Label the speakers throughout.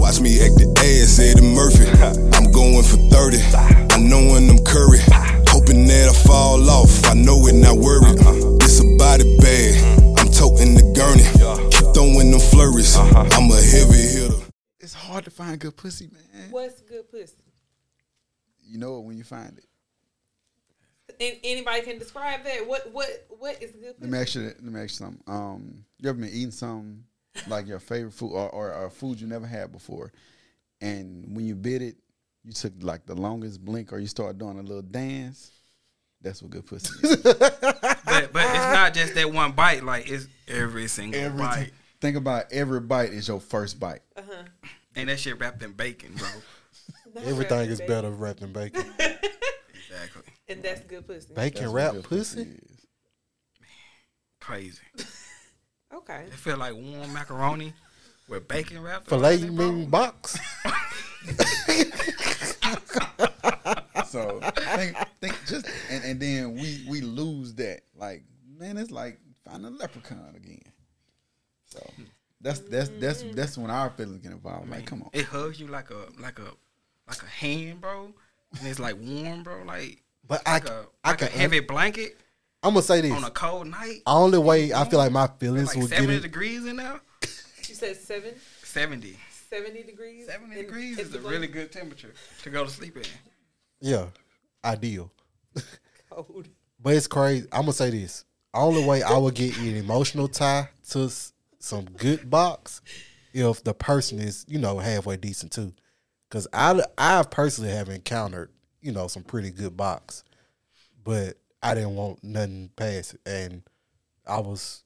Speaker 1: Watch me act the ass, Eddie Murphy. I'm going for 30. I know when I'm curry. Hoping that I fall off. I know it, not worry. This a body bag. I'm toting the gurney. Keep throwing them flurries. I'm a heavy hitter.
Speaker 2: It's hard to find good pussy, man.
Speaker 3: What's good pussy?
Speaker 2: You know it when you find it.
Speaker 3: And anybody can describe that. What what what is good
Speaker 2: Let
Speaker 3: pussy?
Speaker 2: me ask you. Let me ask you something. Um, you ever been eating something like your favorite food or, or, or food you never had before, and when you bit it, you took like the longest blink or you started doing a little dance. That's what good pussy is.
Speaker 4: But, but it's not just that one bite. Like it's every single
Speaker 2: Every
Speaker 4: bite,
Speaker 2: ti- Think about every bite is your first bite.
Speaker 4: and that shit wrapped in bacon, bro.
Speaker 3: Not
Speaker 5: Everything
Speaker 3: wrapped
Speaker 5: is
Speaker 3: in
Speaker 5: better wrapped in bacon.
Speaker 4: exactly.
Speaker 3: bacon. And that's good pussy.
Speaker 5: Bacon
Speaker 2: That's what
Speaker 5: wrapped
Speaker 2: good
Speaker 5: pussy?
Speaker 2: is.
Speaker 4: Crazy.
Speaker 3: Okay.
Speaker 4: It feel like warm macaroni with bacon wrapped.
Speaker 5: Filet
Speaker 4: around it,
Speaker 5: you
Speaker 4: bro.
Speaker 5: mean box?
Speaker 2: So think, think just and, and then we we lose that. Like man, it's like finding a leprechaun again. So that's that's that's that's when our feelings get involved. Like come on,
Speaker 4: It hugs you like a like a like a hand, bro. And it's like warm, bro. Like
Speaker 5: But I,
Speaker 4: like
Speaker 5: c-
Speaker 4: a
Speaker 5: I
Speaker 4: like a
Speaker 5: can.
Speaker 4: heavy blanket
Speaker 5: I'm gonna say this.
Speaker 4: on a cold night.
Speaker 5: Only way I feel like my feelings
Speaker 4: Like
Speaker 5: will get
Speaker 4: seventy
Speaker 5: it.
Speaker 4: degrees in there.
Speaker 3: You said seven,
Speaker 4: Seventy.
Speaker 3: 70 degrees.
Speaker 4: Seventy
Speaker 3: in-
Speaker 4: degrees
Speaker 3: in
Speaker 4: is
Speaker 3: the
Speaker 4: a
Speaker 3: blanket?
Speaker 4: really good temperature to go to sleep in.
Speaker 5: Yeah, ideal.
Speaker 3: cold.
Speaker 5: But it's crazy. I'm gonna say this. Only way I would get an emotional tie to s- some good box if the person is you know halfway decent too. Because I I personally have encountered you know some pretty good box, but I didn't want nothing past it, and I was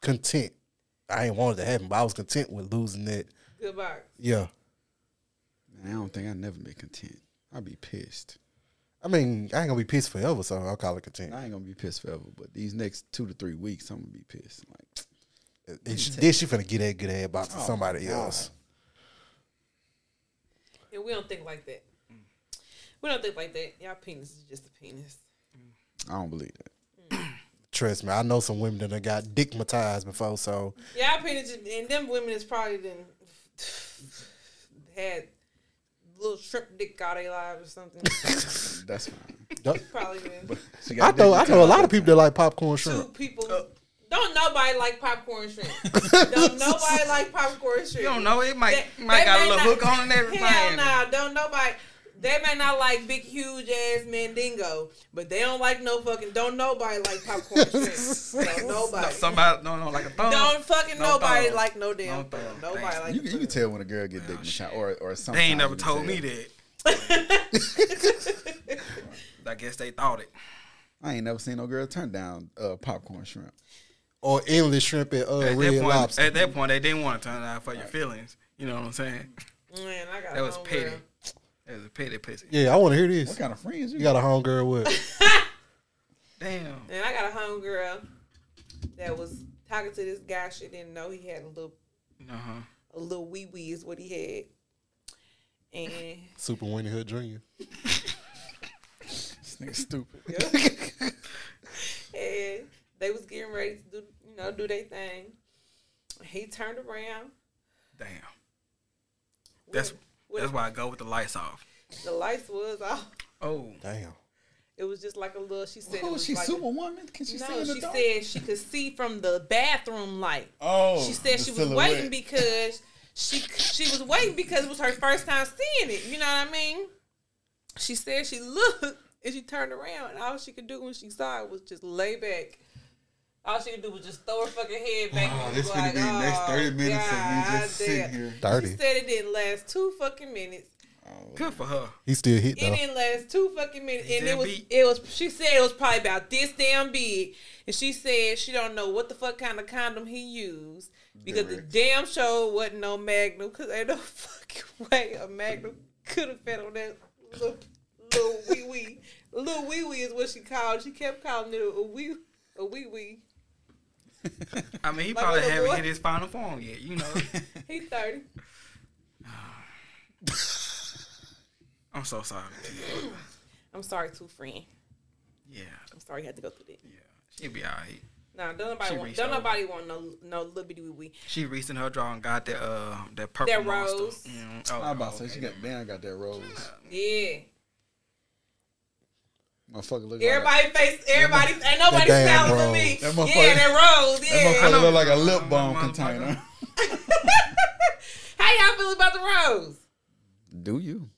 Speaker 5: content. I ain't wanted to happen, but I was content with losing it.
Speaker 3: Good box.
Speaker 5: Yeah,
Speaker 2: man, I don't think I never be content. I'd be pissed.
Speaker 5: I mean I ain't gonna be pissed forever, so I'll call it content.
Speaker 2: I ain't gonna be pissed forever, but these next two to three weeks, I'm gonna be pissed. Like
Speaker 5: And she, then she finna get that good head box to somebody else.
Speaker 3: And we don't think like that. We don't think like that. Y'all penis is just a penis.
Speaker 2: I don't believe that.
Speaker 5: Trust me, I know some women that done got dickmatized before, so
Speaker 3: Y'all penis is- and them women is probably done had little shrimp dick all their lives or something.
Speaker 2: That's fine.
Speaker 3: probably been
Speaker 2: She
Speaker 5: I
Speaker 2: got
Speaker 5: know I know a
Speaker 2: dignitized.
Speaker 5: lot of people that like popcorn
Speaker 3: two
Speaker 5: shrimp.
Speaker 3: people. Don't nobody like popcorn shrimp. don't nobody like popcorn shrimp.
Speaker 4: You don't know. It might
Speaker 3: They-
Speaker 4: it might
Speaker 3: they
Speaker 4: got a
Speaker 3: may not-
Speaker 4: little hook on and everything.
Speaker 3: Hell no, don't nobody. They may not like big, huge ass mandingo, but they don't like no fucking. Don't nobody like popcorn shrimp. Don't nobody.
Speaker 4: No, somebody no no like a thumb.
Speaker 3: don't fucking
Speaker 4: no
Speaker 3: nobody
Speaker 4: thong.
Speaker 3: like no damn
Speaker 4: No
Speaker 3: thumb.
Speaker 4: thong.
Speaker 3: Nobody
Speaker 4: Thanks.
Speaker 3: like.
Speaker 2: You, can- you can tell when a girl get dignitized or or something.
Speaker 4: they ain't never told me that. I guess they thought it.
Speaker 2: I ain't never seen no girl turn down uh, popcorn shrimp.
Speaker 5: Or endless shrimp and uh,
Speaker 4: At
Speaker 5: red
Speaker 4: that, point,
Speaker 5: lobster.
Speaker 4: at that point, they didn't want to turn out for your feelings. You know what I'm saying?
Speaker 3: Man, I got
Speaker 4: That was
Speaker 3: homegirl.
Speaker 4: petty. That was a petty pussy.
Speaker 5: yeah, I wanna hear this.
Speaker 2: What kind of friends you
Speaker 5: You
Speaker 2: got?
Speaker 5: got a homegirl with
Speaker 4: Damn.
Speaker 3: And I got a homegirl that was talking to this guy. She didn't know he had a little,
Speaker 4: Uh huh.
Speaker 3: a little wee wee is what he had. And
Speaker 5: Super Winnie Hood Jr.
Speaker 2: This nigga stupid.
Speaker 3: and they was getting ready to do, you know, do their thing. He turned around.
Speaker 4: Damn. That's
Speaker 3: with- with
Speaker 4: that's why I go with the lights off.
Speaker 3: the lights was off.
Speaker 4: Oh,
Speaker 5: Damn.
Speaker 3: It was just like a little. She said, it
Speaker 2: Oh,
Speaker 3: was
Speaker 2: she's
Speaker 3: like a-
Speaker 2: superwoman. Can she see
Speaker 3: no,
Speaker 2: in the
Speaker 3: she
Speaker 2: dark?
Speaker 3: said she could see from the bathroom light.
Speaker 2: oh,
Speaker 3: she said
Speaker 2: the
Speaker 3: she was
Speaker 2: silhouette.
Speaker 3: waiting because she she was waiting because it was her first time seeing it. You know what I mean? She said she looked and she turned around and all she could do when she saw it was just lay back. All she could do was just throw her fucking head back.
Speaker 2: Oh,
Speaker 3: and
Speaker 2: this
Speaker 3: was
Speaker 2: gonna be the
Speaker 3: like,
Speaker 2: next
Speaker 3: "Oh,
Speaker 2: thirty minutes of me
Speaker 3: God
Speaker 2: just sitting
Speaker 3: damn."
Speaker 2: here.
Speaker 3: She
Speaker 5: Thirty.
Speaker 3: said it didn't last two fucking minutes.
Speaker 4: good for her.
Speaker 5: He still hit
Speaker 3: It
Speaker 5: though.
Speaker 3: didn't last two fucking minutes, and it
Speaker 4: Damn
Speaker 3: was
Speaker 4: beat.
Speaker 3: it was. She said it was probably about this damn big, and she said she don't know what the fuck kind of condom he used because
Speaker 2: Direct.
Speaker 3: the damn show wasn't no Magnum because ain't no fucking way a Magnum could have fit on that little little wee wee. Little wee wee is what she called. She kept calling it a wee a wee wee.
Speaker 4: I mean, he
Speaker 3: Like
Speaker 4: probably
Speaker 3: little
Speaker 4: haven't
Speaker 3: boy.
Speaker 4: hit his final form yet. You know.
Speaker 3: He thirty.
Speaker 4: I'm so sorry.
Speaker 3: I'm sorry, too friend.
Speaker 4: Yeah,
Speaker 3: I'm sorry you had to go through that.
Speaker 4: yeah. She'll be all right.
Speaker 3: Nah, don't nobody
Speaker 4: She
Speaker 3: want.
Speaker 4: reached
Speaker 3: Don't
Speaker 4: over.
Speaker 3: nobody want no no libbity wee wee.
Speaker 4: She reached in her drawer and got that uh that purple
Speaker 3: That
Speaker 4: monster.
Speaker 3: rose.
Speaker 4: Mm, oh,
Speaker 2: I about to
Speaker 4: okay.
Speaker 2: say she got damn got that rose.
Speaker 3: Yeah.
Speaker 2: Motherfucker look like
Speaker 3: Everybody face. Everybody. Ain't nobody
Speaker 5: damn
Speaker 3: smiling at
Speaker 5: rose.
Speaker 3: me.
Speaker 2: That motherfucker-
Speaker 3: Yeah, that rose.
Speaker 2: a, that
Speaker 3: Yeah.
Speaker 2: motherfucker look like a lip
Speaker 4: Yeah.
Speaker 2: balm
Speaker 4: Motherfucker.
Speaker 2: container.
Speaker 3: How y'all feel about the rose?
Speaker 2: Do you?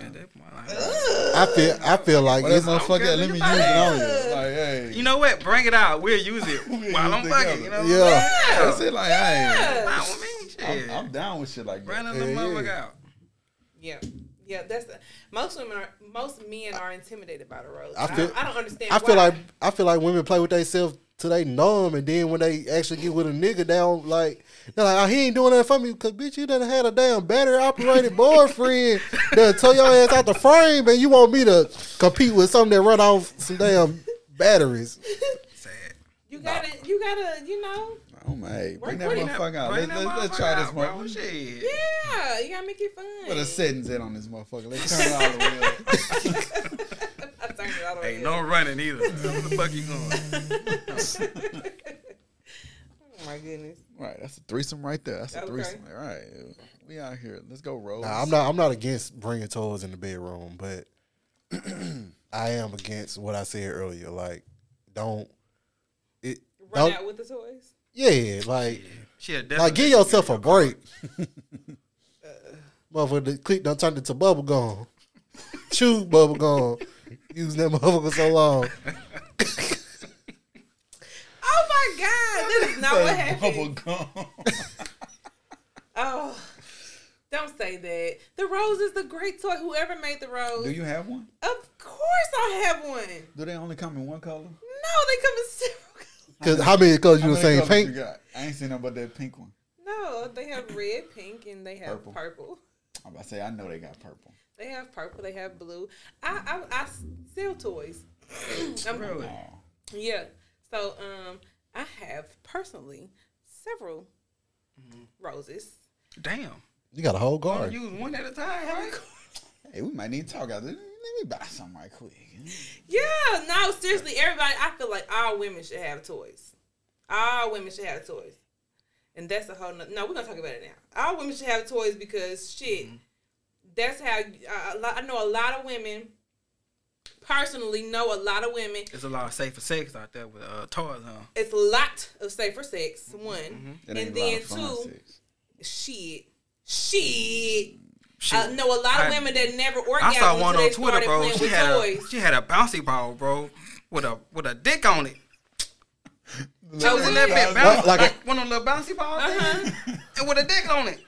Speaker 4: At that point, like,
Speaker 5: I feel I feel like
Speaker 2: Well, that
Speaker 5: it's,
Speaker 2: motherfucker,
Speaker 4: care,
Speaker 2: let me use
Speaker 4: nigga,
Speaker 2: it
Speaker 4: fuck
Speaker 2: on you. Like, hey,
Speaker 4: you know what? Bring it out. We'll use it while I'm
Speaker 2: use it
Speaker 4: fucking. You know what
Speaker 5: yeah.
Speaker 4: I'm
Speaker 2: that's
Speaker 4: saying?
Speaker 2: it. Like, hey,
Speaker 4: Fine with me.
Speaker 2: I'm,
Speaker 4: Shit.
Speaker 2: I'm down with shit like
Speaker 4: Bring
Speaker 2: that.
Speaker 4: the
Speaker 5: Yeah,
Speaker 4: motherfucker
Speaker 5: yeah.
Speaker 4: out.
Speaker 3: Yeah. Yeah, that's the, most women are most men are intimidated by the rose.
Speaker 5: I
Speaker 3: I,
Speaker 5: feel-
Speaker 3: I, don't understand.
Speaker 5: I feel
Speaker 3: why.
Speaker 5: like I feel like women play with themselves till they numb, and then when they actually get with a nigga, they don't like. They're like, oh, he ain't doing that for me because bitch, you done had a damn battery operated boyfriend that tow your ass out the frame, and you want me to compete with something that run off some damn batteries.
Speaker 4: Sad.
Speaker 3: you gotta you gotta you know
Speaker 2: Oh my, hey, bring that
Speaker 3: Bring
Speaker 4: that-
Speaker 2: motherfucker out. Let,
Speaker 4: bring that
Speaker 2: let, let's
Speaker 4: motherfucker
Speaker 2: try this
Speaker 4: out, bro.
Speaker 2: motherfucker.
Speaker 4: Shit.
Speaker 3: yeah you gotta make it fun.
Speaker 2: Put a settings in on this motherfucker. Let's turn it all the way up.
Speaker 3: I turned it all the way
Speaker 4: Ain't
Speaker 3: up.
Speaker 4: no running either. Where the fuck you going?
Speaker 3: Oh my goodness.
Speaker 2: Right, that's a threesome right there. That's a
Speaker 3: Okay.
Speaker 2: threesome. All right, we out here. Let's go, Rose.
Speaker 5: Nah, I'm not. I'm not against bringing toys in the bedroom, but I am against what I said earlier. Like, don't it?
Speaker 3: Run
Speaker 5: Don't,
Speaker 3: out with the toys.
Speaker 5: yeah, like.
Speaker 4: She had
Speaker 5: Like,
Speaker 4: definitely.
Speaker 5: give yourself a break. Motherfucker, the click done turned into bubble gum. Chew bubble gum. Use that motherfucker so long.
Speaker 3: Oh my god, this is not what happened. Oh, don't say that. The rose is the great toy. Whoever made the rose,
Speaker 2: Do you have one?
Speaker 3: of course I have one. No, they
Speaker 2: Do they only come in one color?
Speaker 3: come in several. colors.
Speaker 5: Cause how many colors
Speaker 2: How
Speaker 5: you the
Speaker 2: many
Speaker 5: same
Speaker 2: colors
Speaker 5: paint?
Speaker 2: You got? I ain't seen nothing but that pink one.
Speaker 3: No, they have red, pink, and they have
Speaker 2: Purple.
Speaker 3: purple.
Speaker 2: I'm about to say I know they got purple.
Speaker 3: They have purple. They have blue. I I, I sell toys. I'm,
Speaker 4: Really?
Speaker 2: Oh,
Speaker 3: Yeah. So um, I have personally several roses.
Speaker 4: Damn.
Speaker 5: You got a
Speaker 2: Oh,
Speaker 5: whole
Speaker 4: Only
Speaker 5: garden.
Speaker 4: use one at a time, right?
Speaker 2: hey, we might need to talk out. Let me buy some right quick.
Speaker 3: Yeah. No, seriously, everybody. I feel like all women should have toys. All women should have toys, and that's a whole. Nother, no, we're gonna talk about it now. All women should have toys because shit.
Speaker 4: Mm-hmm.
Speaker 3: That's how uh, a lot- I know a lot of women. Personally, know a lot of women
Speaker 4: There's a lot of safer sex out there with uh, toys, huh?
Speaker 3: it's a lot of safer sex.
Speaker 4: Mm-hmm.
Speaker 3: One,
Speaker 2: That
Speaker 3: and
Speaker 2: ain't a lot
Speaker 3: then
Speaker 2: of fun
Speaker 3: two,
Speaker 2: sex.
Speaker 3: shit, shit.
Speaker 4: Shit.
Speaker 3: Uh, no, a lot of
Speaker 4: Mm-hmm. I-
Speaker 3: women that never orgasm.
Speaker 4: I saw
Speaker 3: until
Speaker 4: one on
Speaker 3: they
Speaker 4: Twitter,
Speaker 3: started
Speaker 4: bro.
Speaker 3: playing
Speaker 4: She
Speaker 3: with
Speaker 4: had a
Speaker 3: toys.
Speaker 4: she had a bouncy ball, bro, with a with a dick on it.
Speaker 3: Oh,
Speaker 4: Wasn't
Speaker 3: yeah.
Speaker 4: that bit bounce,
Speaker 5: like
Speaker 4: like,
Speaker 5: a-
Speaker 4: one of them little bouncy balls,
Speaker 3: Uh-huh.
Speaker 4: and with a dick on it.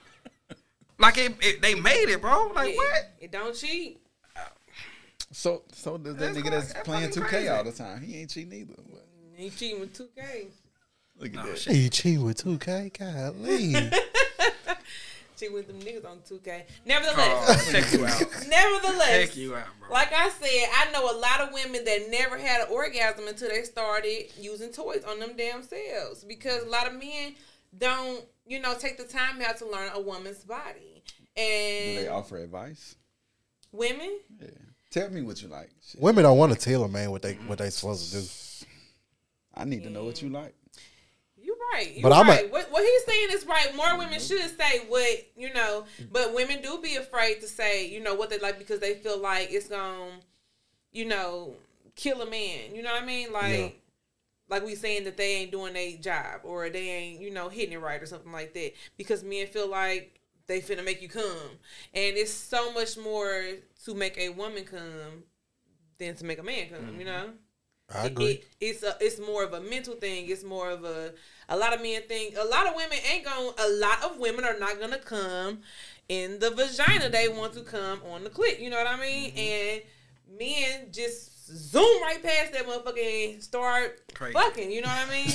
Speaker 4: Like it, it, they made it, bro. Like
Speaker 3: Yeah.
Speaker 4: what?
Speaker 3: It don't cheat.
Speaker 2: So, so does that
Speaker 4: That's
Speaker 2: nigga
Speaker 4: fuck-
Speaker 2: that's
Speaker 4: that's
Speaker 2: playing
Speaker 4: fucking
Speaker 2: 2K
Speaker 4: crazy.
Speaker 2: all the time, he ain't cheating either. But
Speaker 3: He cheating with two K.
Speaker 2: look at
Speaker 4: Oh,
Speaker 2: that.
Speaker 4: shit.
Speaker 5: Hey, you cheating with two K? Golly.
Speaker 3: Cheating with them niggas on two K.
Speaker 4: Oh,
Speaker 3: Nevertheless,
Speaker 4: check you out.
Speaker 3: nevertheless,
Speaker 4: Check you out, bro.
Speaker 3: like I said, I know a lot of women that never had an orgasm until they started using toys on them damn selves because a lot of men don't, you know, take the time out to learn a woman's body.
Speaker 2: Do they
Speaker 3: And
Speaker 2: offer advice?
Speaker 3: women,
Speaker 2: Yeah. Tell me what you like. Shit.
Speaker 5: Women don't want to tell a man what they what they supposed to do.
Speaker 2: I need to know what you like.
Speaker 3: you're right. You're
Speaker 5: But I'm a-
Speaker 3: right. what, what he's saying is right. More women should say what, you know, but women do be afraid to say, you know, what they like because they feel like it's going to, you know, kill a man. You know what I mean? Like,
Speaker 5: Yeah.
Speaker 3: like we saying that they ain't doing their job or they ain't, you know, hitting it right or something like that because men feel like they finna make you come. And it's so much more to make a woman come than to make a man come, you know?
Speaker 5: I
Speaker 3: It-
Speaker 5: agree.
Speaker 3: it- it's a, it's more of a mental thing. It's more of a a lot of men think a lot of women ain't going to a lot of women are not gonna come in the vagina. They want to come on the clit. You know what I
Speaker 5: Mm-hmm.
Speaker 3: mean? And men just zoom right past that motherfucker and start
Speaker 4: Crazy.
Speaker 3: fucking. You know what I mean?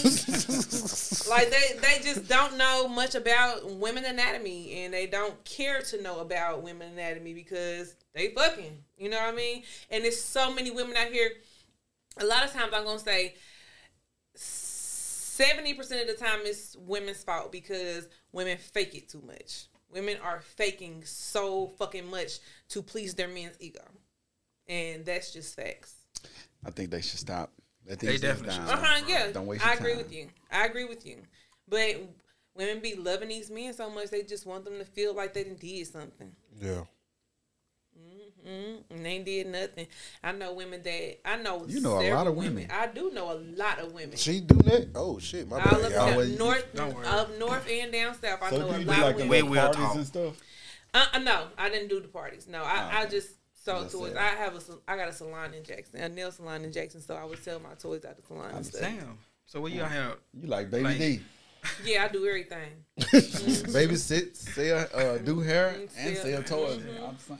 Speaker 3: like they they just don't know much about women anatomy and they don't care to know about women anatomy because they fucking. You know what I mean? And there's so many women out here a lot of times I'm gonna say seventy percent of the time it's women's fault because women fake it too much. Women are faking so fucking much to please their men's ego, and that's just facts.
Speaker 2: I think they should stop Let
Speaker 4: They
Speaker 2: these things
Speaker 4: definitely
Speaker 2: down.
Speaker 4: should.
Speaker 3: Uh huh. Yeah,
Speaker 2: Don't waste your
Speaker 3: I agree
Speaker 2: time.
Speaker 3: with you. I agree with you. But women be loving these men so much they just want them to feel like they done did something.
Speaker 5: Yeah.
Speaker 3: Mm, and they did nothing. I know women that I know.
Speaker 2: You know a lot
Speaker 3: several
Speaker 2: of women.
Speaker 3: I do know a lot of women.
Speaker 5: She do that? Oh shit, my
Speaker 3: All
Speaker 5: bad.
Speaker 3: up
Speaker 5: y'all.
Speaker 2: yeah.
Speaker 3: and
Speaker 2: Always-
Speaker 3: down, north,
Speaker 4: Don't worry.
Speaker 3: up north and down south. I know
Speaker 2: do
Speaker 3: a
Speaker 2: you
Speaker 3: lot
Speaker 2: do like
Speaker 3: of
Speaker 2: the
Speaker 3: women.
Speaker 4: We
Speaker 2: little
Speaker 4: will
Speaker 2: parties
Speaker 4: talk.
Speaker 2: and stuff?
Speaker 3: Uh, uh, no, I didn't do the parties. No, I, I just sold
Speaker 2: Oh, Just
Speaker 3: toys.
Speaker 2: said.
Speaker 3: I have a, sal- I got a salon in Jackson, a nail salon in Jackson, so I would sell my toys at the salon and stuff.
Speaker 4: Damn. So what y'all have?
Speaker 2: You like baby
Speaker 4: Like-
Speaker 2: D?
Speaker 3: Yeah, I do everything.
Speaker 2: babysit, sell, uh, do hair,
Speaker 3: Mm,
Speaker 2: and
Speaker 3: sell-
Speaker 2: sell toys. I'm saying,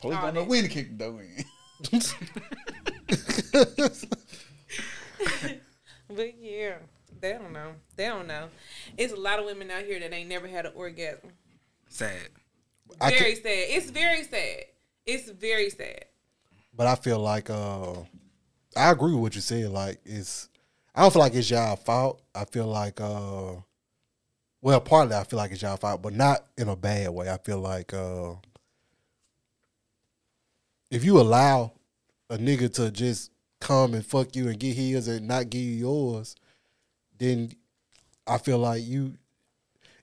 Speaker 2: police
Speaker 3: All
Speaker 2: don't know
Speaker 3: that.
Speaker 2: when to kick the door in.
Speaker 3: But yeah, they don't know. They don't know. It's a lot of women out here that ain't never had an orgasm.
Speaker 4: Sad.
Speaker 5: I can-
Speaker 3: Very sad. It's very sad. It's very sad.
Speaker 5: But I feel like uh, I agree with what you said. Like it's, I don't feel like it's y'all fault. I feel like, uh, well, partly I feel like it's y'all fault, but not in a bad way. I feel like uh, if you allow a nigga to just come and fuck you and get his and not give you yours, then I feel like you.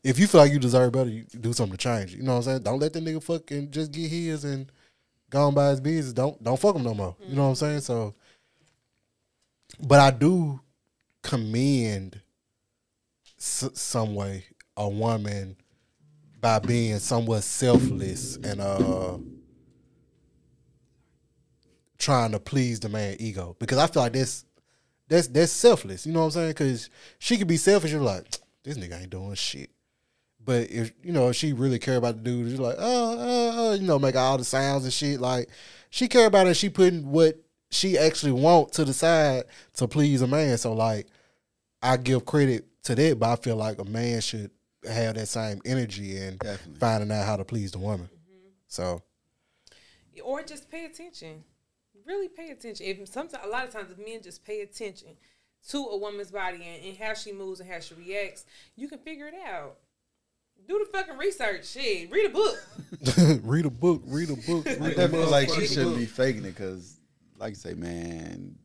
Speaker 5: If you feel like you deserve better, you do something to change. it. You know what I'm saying? Don't let the nigga fuck and just get his and gone by his business. Don't don't fuck him no more. You know what I'm saying? So, but I do commend s- some way a woman by being somewhat selfless and uh trying to please the man ego because I feel like that's that's that's selfless. You know what I'm saying? Because she could be selfish and like this nigga ain't doing shit. But if you know if she really care about the dude, she's like, oh, uh, uh, you know, make all the sounds and shit. Like she care about it. She putting what she actually want to the side to please a man. So like, I give credit to that, but I feel like a man should have that same energy and
Speaker 2: Definitely.
Speaker 5: finding out how to please the woman. So
Speaker 3: Or just pay attention. Really pay attention. If sometimes a lot of times if men just pay attention to a woman's body and, and how she moves and how she reacts, you can figure it out. Do the fucking research. Shit. Read a book.
Speaker 5: read a book, read a book,
Speaker 2: I
Speaker 5: read a
Speaker 2: definitely
Speaker 5: book.
Speaker 2: feel like she shouldn't be faking it because, like you say, man,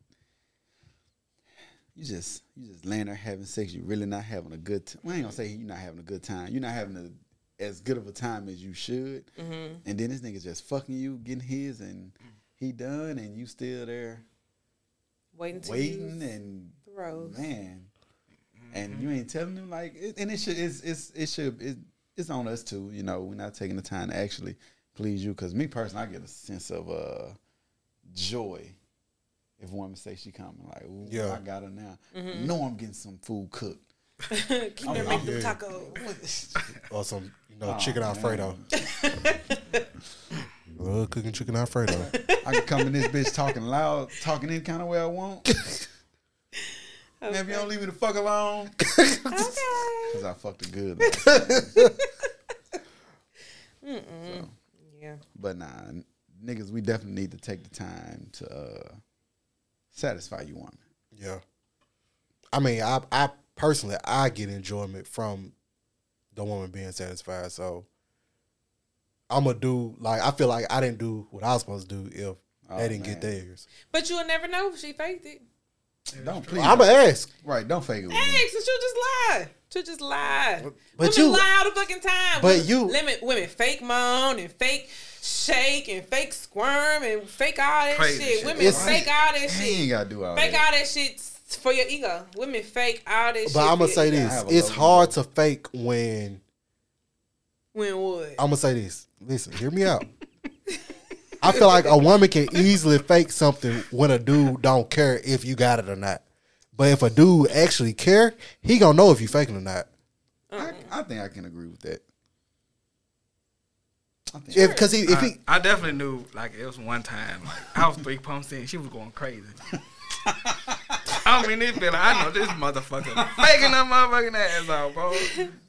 Speaker 2: you just you just laying there having sex. You really not having a good. T- well, I ain't gonna say you're not having a good time. You're not having a, as good of a time as you should. And then this nigga just fucking you, getting his, and he done, and you still there
Speaker 3: Waiting to
Speaker 2: waiting
Speaker 3: use
Speaker 2: and
Speaker 3: throws.
Speaker 2: man, and you ain't telling them like, it, and it should, it's, it's, it should, it, it's on us too. You know, we're not taking the time to actually please you. Cause me personally, I get a sense of uh joy if a woman say she coming, like, ooh,
Speaker 5: Yeah.
Speaker 2: I got her now.
Speaker 3: Mm-hmm.
Speaker 2: I know I'm getting some food cooked.
Speaker 3: Keep them make them tacos.
Speaker 5: or some you know
Speaker 2: Aw,
Speaker 5: chicken
Speaker 2: man.
Speaker 5: alfredo. Love cooking chicken alfredo.
Speaker 2: I can come in this bitch talking loud, talking any kind of way I want. Man, if you don't leave me the fuck alone,
Speaker 3: Okay.
Speaker 2: cause I fucked it good. though.
Speaker 3: Yeah.
Speaker 2: But nah, n- niggas, we definitely need to take the time to uh, satisfy you woman.
Speaker 5: Yeah. I mean, I I personally I get enjoyment from the woman being satisfied. So I'm gonna do like I feel like I didn't do what I was supposed to do if
Speaker 2: Oh,
Speaker 5: they didn't get
Speaker 2: man.
Speaker 5: theirs.
Speaker 3: But you'll never know if she faked it.
Speaker 2: Don't please,
Speaker 5: I'm gonna ask.
Speaker 2: right? Don't fake it. With me.
Speaker 3: Thanks, she'll just lie. She'll just lie.
Speaker 5: but
Speaker 3: women
Speaker 5: you-
Speaker 3: lie all the fucking time.
Speaker 5: but
Speaker 3: women,
Speaker 5: you-
Speaker 3: women, women fake moan and fake shake and fake squirm and fake all that
Speaker 4: Crazy
Speaker 3: shit.
Speaker 4: shit.
Speaker 3: Women
Speaker 5: It's-
Speaker 3: fake all that
Speaker 2: He
Speaker 3: shit.
Speaker 2: ain't gotta do all
Speaker 3: Fake
Speaker 2: that.
Speaker 3: all that shit for your ego. Women fake all that shit.
Speaker 5: But I'm
Speaker 3: for
Speaker 5: gonna
Speaker 3: your
Speaker 5: say
Speaker 3: ego.
Speaker 2: I
Speaker 5: this:
Speaker 2: have a
Speaker 5: it's
Speaker 2: low
Speaker 5: hard to fake when
Speaker 3: When what?
Speaker 5: I'm gonna say this. Listen, hear me out. I feel like a woman can easily fake something when a dude don't care if you got it or not. But if a dude actually care, he gonna know if you faking or not.
Speaker 2: I, I think I can agree with that. I think
Speaker 5: If because he, if he,
Speaker 4: I, I definitely knew. Like it was one time. Like I was three pumps in. She was going crazy. I mean, this feel like I know this motherfucker faking her motherfucking ass off, bro.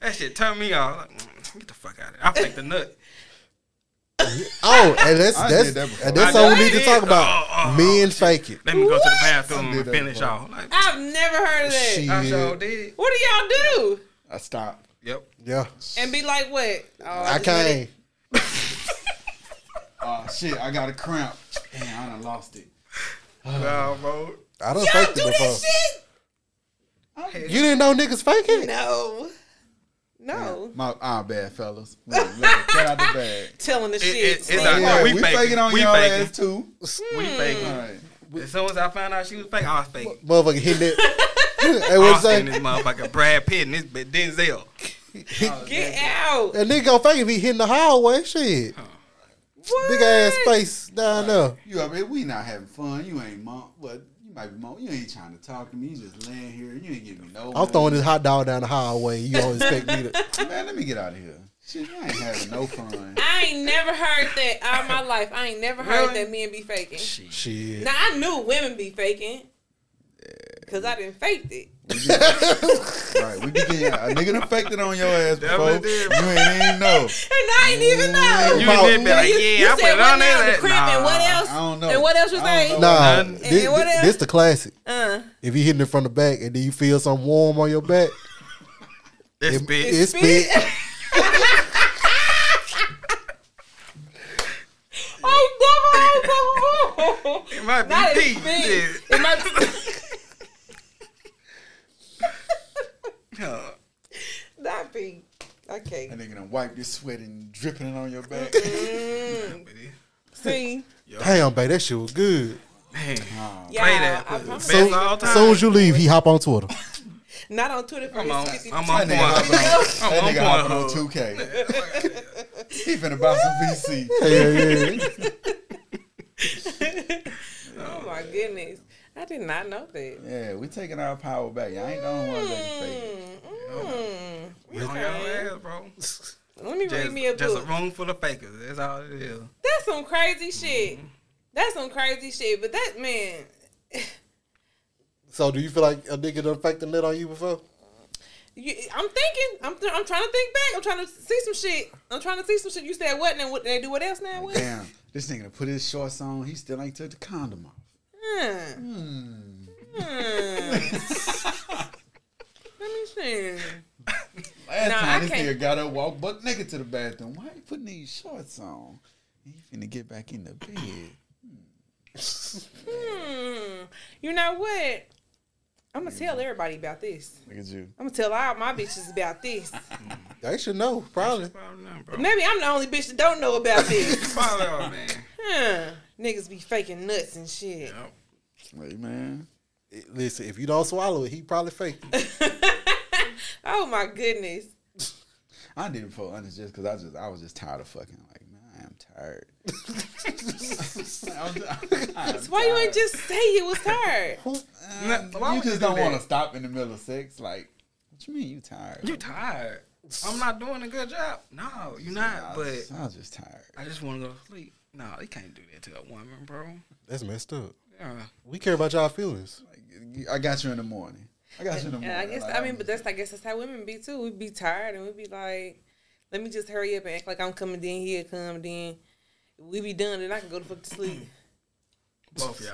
Speaker 4: That shit turned me off. Like, mm, get the fuck out of here. I faked the nut.
Speaker 5: oh, and that's
Speaker 2: I
Speaker 5: that's
Speaker 2: did that before.
Speaker 5: and that's
Speaker 4: I
Speaker 5: all we
Speaker 4: did.
Speaker 5: need to talk about.
Speaker 4: Oh, oh,
Speaker 5: Men fake it.
Speaker 4: Let me go to the bathroom
Speaker 2: I did
Speaker 4: and
Speaker 2: that
Speaker 4: finish
Speaker 2: before.
Speaker 4: off. Like,
Speaker 3: I've never heard of that.
Speaker 5: Shit.
Speaker 4: I sure did.
Speaker 3: What do y'all do?
Speaker 2: I stop.
Speaker 4: Yep.
Speaker 5: Yeah,
Speaker 3: And be like, what? Oh,
Speaker 5: I
Speaker 3: just let
Speaker 5: can't.
Speaker 2: Ah, Oh shit! I got a cramp. Damn, I done lost it.
Speaker 4: Nah, bro.
Speaker 5: I done
Speaker 3: Y'all
Speaker 5: faked
Speaker 3: do
Speaker 5: it
Speaker 3: that
Speaker 5: before.
Speaker 3: shit?
Speaker 5: You didn't know niggas fake it?
Speaker 3: No. No.
Speaker 2: My ah bad fellas. Look, look, get out the bag.
Speaker 3: Telling the
Speaker 4: It,
Speaker 3: shit.
Speaker 4: it, it's out
Speaker 2: Yeah,
Speaker 4: there. We,
Speaker 2: we
Speaker 4: faking.
Speaker 2: faking on
Speaker 4: we
Speaker 2: your
Speaker 4: faking.
Speaker 2: ass too.
Speaker 4: We
Speaker 2: All
Speaker 4: faking.
Speaker 2: right.
Speaker 4: As soon as I found out she was faking, I was faking.
Speaker 5: Motherfucker hitting that. hey, what's
Speaker 4: Austin, this
Speaker 5: that?
Speaker 4: motherfucker, Brad Pitt, and this bitch Denzel.
Speaker 3: Get out.
Speaker 5: That nigga gonna fake if he hitting the hallway. Shit.
Speaker 3: What?
Speaker 5: Big ass space down there.
Speaker 2: You up here? We not having fun. You ain't mom. What? You might be mom. You ain't trying to talk to me. You just laying here. You ain't giving me no.
Speaker 5: I'm
Speaker 2: money.
Speaker 5: throwing this hot dog down the hallway. You don't expect me to.
Speaker 2: Man, let me get out of here. Shit, I ain't having no fun.
Speaker 3: I ain't never heard that all my life. I ain't never heard
Speaker 4: Really?
Speaker 3: that men be faking.
Speaker 5: Shit.
Speaker 3: Now I knew women be faking. Cause I didn't fake it.
Speaker 2: right? We be getting a nigga done faked it on your ass before.
Speaker 4: Definitely
Speaker 2: You
Speaker 4: did.
Speaker 2: ain't even know.
Speaker 3: And I ain't even know.
Speaker 4: You
Speaker 5: About-
Speaker 4: did be like,
Speaker 3: you, you
Speaker 4: yeah, I put
Speaker 3: said
Speaker 4: it
Speaker 3: what
Speaker 4: on
Speaker 3: now? The
Speaker 4: there.
Speaker 3: crib and what
Speaker 4: Nah.
Speaker 3: else?
Speaker 2: I don't know.
Speaker 3: And what else was
Speaker 2: I
Speaker 3: they?
Speaker 2: don't
Speaker 5: Nah,
Speaker 4: And-
Speaker 5: this,
Speaker 3: and what else?
Speaker 5: this the classic.
Speaker 3: Uh,
Speaker 5: If you hitting it from the back and then you feel something warm on your back,
Speaker 4: This
Speaker 5: it,
Speaker 4: bitch.
Speaker 5: it's big.
Speaker 3: I never heard that
Speaker 4: It
Speaker 3: before.
Speaker 4: might
Speaker 3: Not
Speaker 4: be
Speaker 3: as
Speaker 4: pee.
Speaker 3: big.
Speaker 4: Shit.
Speaker 3: It might be
Speaker 4: Uh,
Speaker 3: not be. Okay.
Speaker 2: That nigga done wipe this sweat and dripping it on your back.
Speaker 4: but it-
Speaker 3: See,
Speaker 5: Damn, babe, that shit was good.
Speaker 4: Man,
Speaker 3: y'all,
Speaker 4: play that.
Speaker 3: I
Speaker 4: pussy.
Speaker 3: promise.
Speaker 4: Best
Speaker 5: Soon,
Speaker 4: of all time.
Speaker 5: soon as you leave, he hop on Twitter.
Speaker 3: Not on Twitter for
Speaker 4: I'm on,
Speaker 3: this 50
Speaker 4: I'm
Speaker 2: That
Speaker 4: on
Speaker 2: nigga
Speaker 4: point.
Speaker 2: hopping on,
Speaker 4: I'm
Speaker 2: that nigga
Speaker 4: on
Speaker 2: hopping on
Speaker 4: Pornhub.
Speaker 2: 2K. he finna buy some VC.
Speaker 5: Yeah, yeah, yeah.
Speaker 3: Oh my goodness. I did not know that.
Speaker 2: Yeah, we taking our power back. Y'all ain't the only ones that fake it.
Speaker 3: Mm.
Speaker 4: We on your ass, bro.
Speaker 3: Let me
Speaker 4: Just,
Speaker 3: read me a
Speaker 4: just
Speaker 3: book.
Speaker 4: a room full of fakers. That's all it is.
Speaker 3: That's some crazy shit.
Speaker 4: Mm-hmm.
Speaker 3: That's some crazy shit. But that man,
Speaker 5: So, do you feel like a nigga done faked the nut on you before?
Speaker 3: you, I'm thinking. I'm I'm trying to think back. I'm trying to see some shit. I'm trying to see some shit. You said what? And then what, they do what else now? What?
Speaker 2: Damn, this nigga done put his shorts on. He still ain't took the condom off.
Speaker 3: Hmm. Hmm. Let me see.
Speaker 2: Last
Speaker 3: Nah,
Speaker 2: time
Speaker 3: I
Speaker 2: this
Speaker 3: can't-
Speaker 2: nigga got up, walked buck naked to the bathroom. Why you putting these shorts on? He finna get back in the bed.
Speaker 3: Hmm. You know what? I'm gonna tell everybody about this.
Speaker 2: Look at you.
Speaker 3: I'm gonna tell all my bitches about this.
Speaker 5: They should know, probably.
Speaker 4: Probably not, bro.
Speaker 3: Maybe I'm the only bitch that don't know about this.
Speaker 4: Probably not, man.
Speaker 3: huh. Niggas be faking nuts and shit.
Speaker 2: Hey man.
Speaker 5: Listen, if you don't swallow it, he probably faked it.
Speaker 3: Oh my goodness.
Speaker 2: I did it before honest just because I just I was just tired of fucking like, man, I am tired. I'm just- I'm
Speaker 3: So why you ain't just say it was tired?
Speaker 2: tired.
Speaker 4: Why
Speaker 2: you
Speaker 4: would you
Speaker 2: just
Speaker 4: do
Speaker 2: don't
Speaker 4: that?
Speaker 2: want to stop in the middle of sex. Like, what you mean you tired?
Speaker 4: You tired. I'm not doing a good job. No, you not.
Speaker 2: I
Speaker 4: But
Speaker 2: was, I was just tired.
Speaker 4: I just want to go to sleep. No, you can't do that to a woman, bro.
Speaker 5: That's messed up.
Speaker 4: Yeah.
Speaker 5: We care about y'all feelings.
Speaker 2: Like, I got you in the morning. I got you in the morning.
Speaker 3: And I guess
Speaker 2: Like,
Speaker 3: I mean, but that's I guess that's how women be too. We be tired and we be like, let me just hurry up and act like I'm coming. Then he'll come. Then we be done and I can go to fuck to sleep.
Speaker 4: Both y'all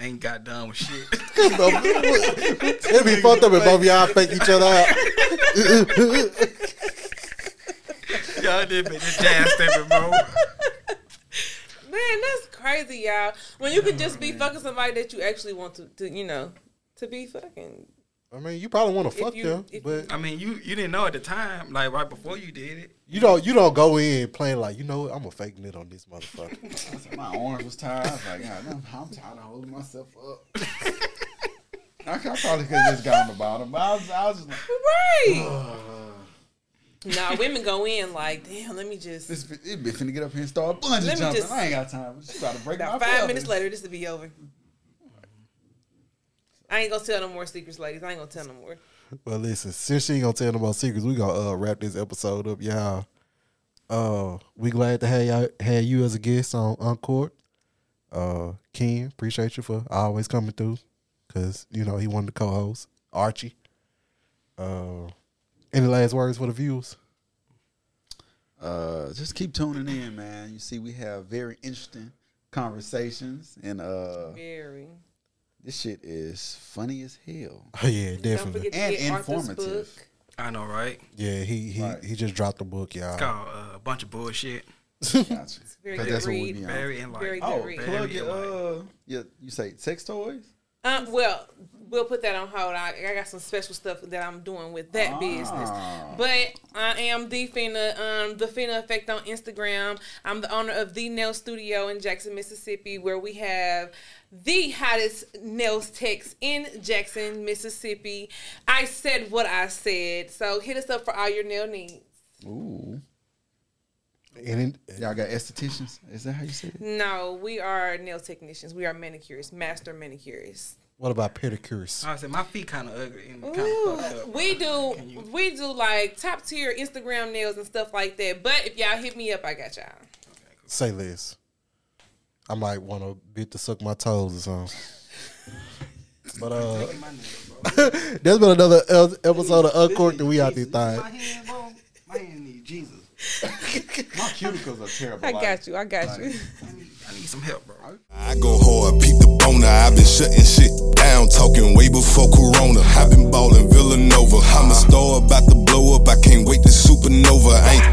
Speaker 4: ain't got done with shit.
Speaker 5: It'd be fucked up if both y'all fake each other out.
Speaker 4: y'all did been just jazz stepping, bro.
Speaker 3: Man, that's crazy, y'all. When you can just be fucking somebody that you actually want to, to you know, to be fucking.
Speaker 5: I mean, you probably want to fuck
Speaker 3: you-
Speaker 5: them,
Speaker 3: if-
Speaker 5: but
Speaker 4: I mean, you you didn't know at the time, like right before you did it.
Speaker 5: you don't you don't go in playing like you know what I'm gonna fake nit on this motherfucker.
Speaker 2: My arms was tired. I was like, God, I'm, I'm tired of holding myself up. I, I probably could have just gone the bottom, but I was, I was just like,
Speaker 3: Right. nah, women go in like, damn. Let me just.
Speaker 2: this bi- it be finna get up here and start bungee
Speaker 3: Let me
Speaker 2: jumping.
Speaker 3: just-
Speaker 2: I ain't got time. She about to break my
Speaker 3: About five
Speaker 2: pelvis.
Speaker 3: minutes later, this will be over. I ain't gonna tell no more secrets, ladies. I ain't gonna tell no more.
Speaker 5: well, listen, since she ain't gonna tell no more secrets, we gonna uh, wrap this episode up, y'all. Uh, we glad to have y'all had you as a guest on Encore. Uh, Ken, appreciate you for always coming through, cause you know he wanted to co-host Archie. Uh, any last words for the viewers?
Speaker 2: Uh, just keep tuning in, man. You see, we have very interesting conversations, and uh,
Speaker 3: Very.
Speaker 2: this shit is funny as hell.
Speaker 5: Oh yeah,
Speaker 3: Don't
Speaker 5: definitely.
Speaker 3: forget to
Speaker 2: And
Speaker 3: get Arthur's
Speaker 2: informative.
Speaker 3: book.
Speaker 4: I know, right?
Speaker 5: Yeah, he he
Speaker 2: Right.
Speaker 5: he just dropped the book,
Speaker 4: It's
Speaker 5: y'all.
Speaker 4: called uh, a bunch of bullshit.
Speaker 2: Gotcha.
Speaker 3: very
Speaker 2: 'Cause
Speaker 3: good
Speaker 2: that's what we
Speaker 3: read.
Speaker 2: be on.
Speaker 4: Very
Speaker 3: Very
Speaker 4: enlightening.
Speaker 3: good
Speaker 2: Oh,
Speaker 3: read.
Speaker 2: plug
Speaker 4: Very
Speaker 2: your uh, your, you say sex toys?
Speaker 3: Um, well, we'll put that on hold. I, I got some special stuff that I'm doing with that business.
Speaker 2: Ah.
Speaker 3: But I am the Fina, um, the Fina Effect on Instagram. I'm the owner of the Nail Studio in Jackson, Mississippi, where we have the hottest nails techs in Jackson, Mississippi. I said what I said, so hit us up for all your nail needs.
Speaker 2: Ooh,
Speaker 5: And it,
Speaker 2: y'all got estheticians? Is that how you say it?
Speaker 3: No, we are nail technicians. We are manicurists, master manicurists.
Speaker 5: what about pedicures?
Speaker 4: I said my feet kind of ugly and kind
Speaker 3: Ooh,
Speaker 4: of fucked up.
Speaker 3: we do we do like top tier Instagram nails and stuff like that. But if y'all hit me up, I got y'all.
Speaker 5: Say less. I might want a bit to suck my toes or something. But uh,
Speaker 4: My nails, bro.
Speaker 5: there's been another el- episode of Uncorked and we out there
Speaker 4: Jesus,
Speaker 5: thing.
Speaker 4: My hand, bro. My hand need Jesus.
Speaker 2: My cuticles are terrible.
Speaker 3: I got you. I got you.
Speaker 4: I need, I need some help, bro.
Speaker 1: I go hard, peep the boner. I've been shutting shit down, talking way before Corona. I've been ballin' Villanova. I'm a star about to blow up. I can't wait to supernova. I ain't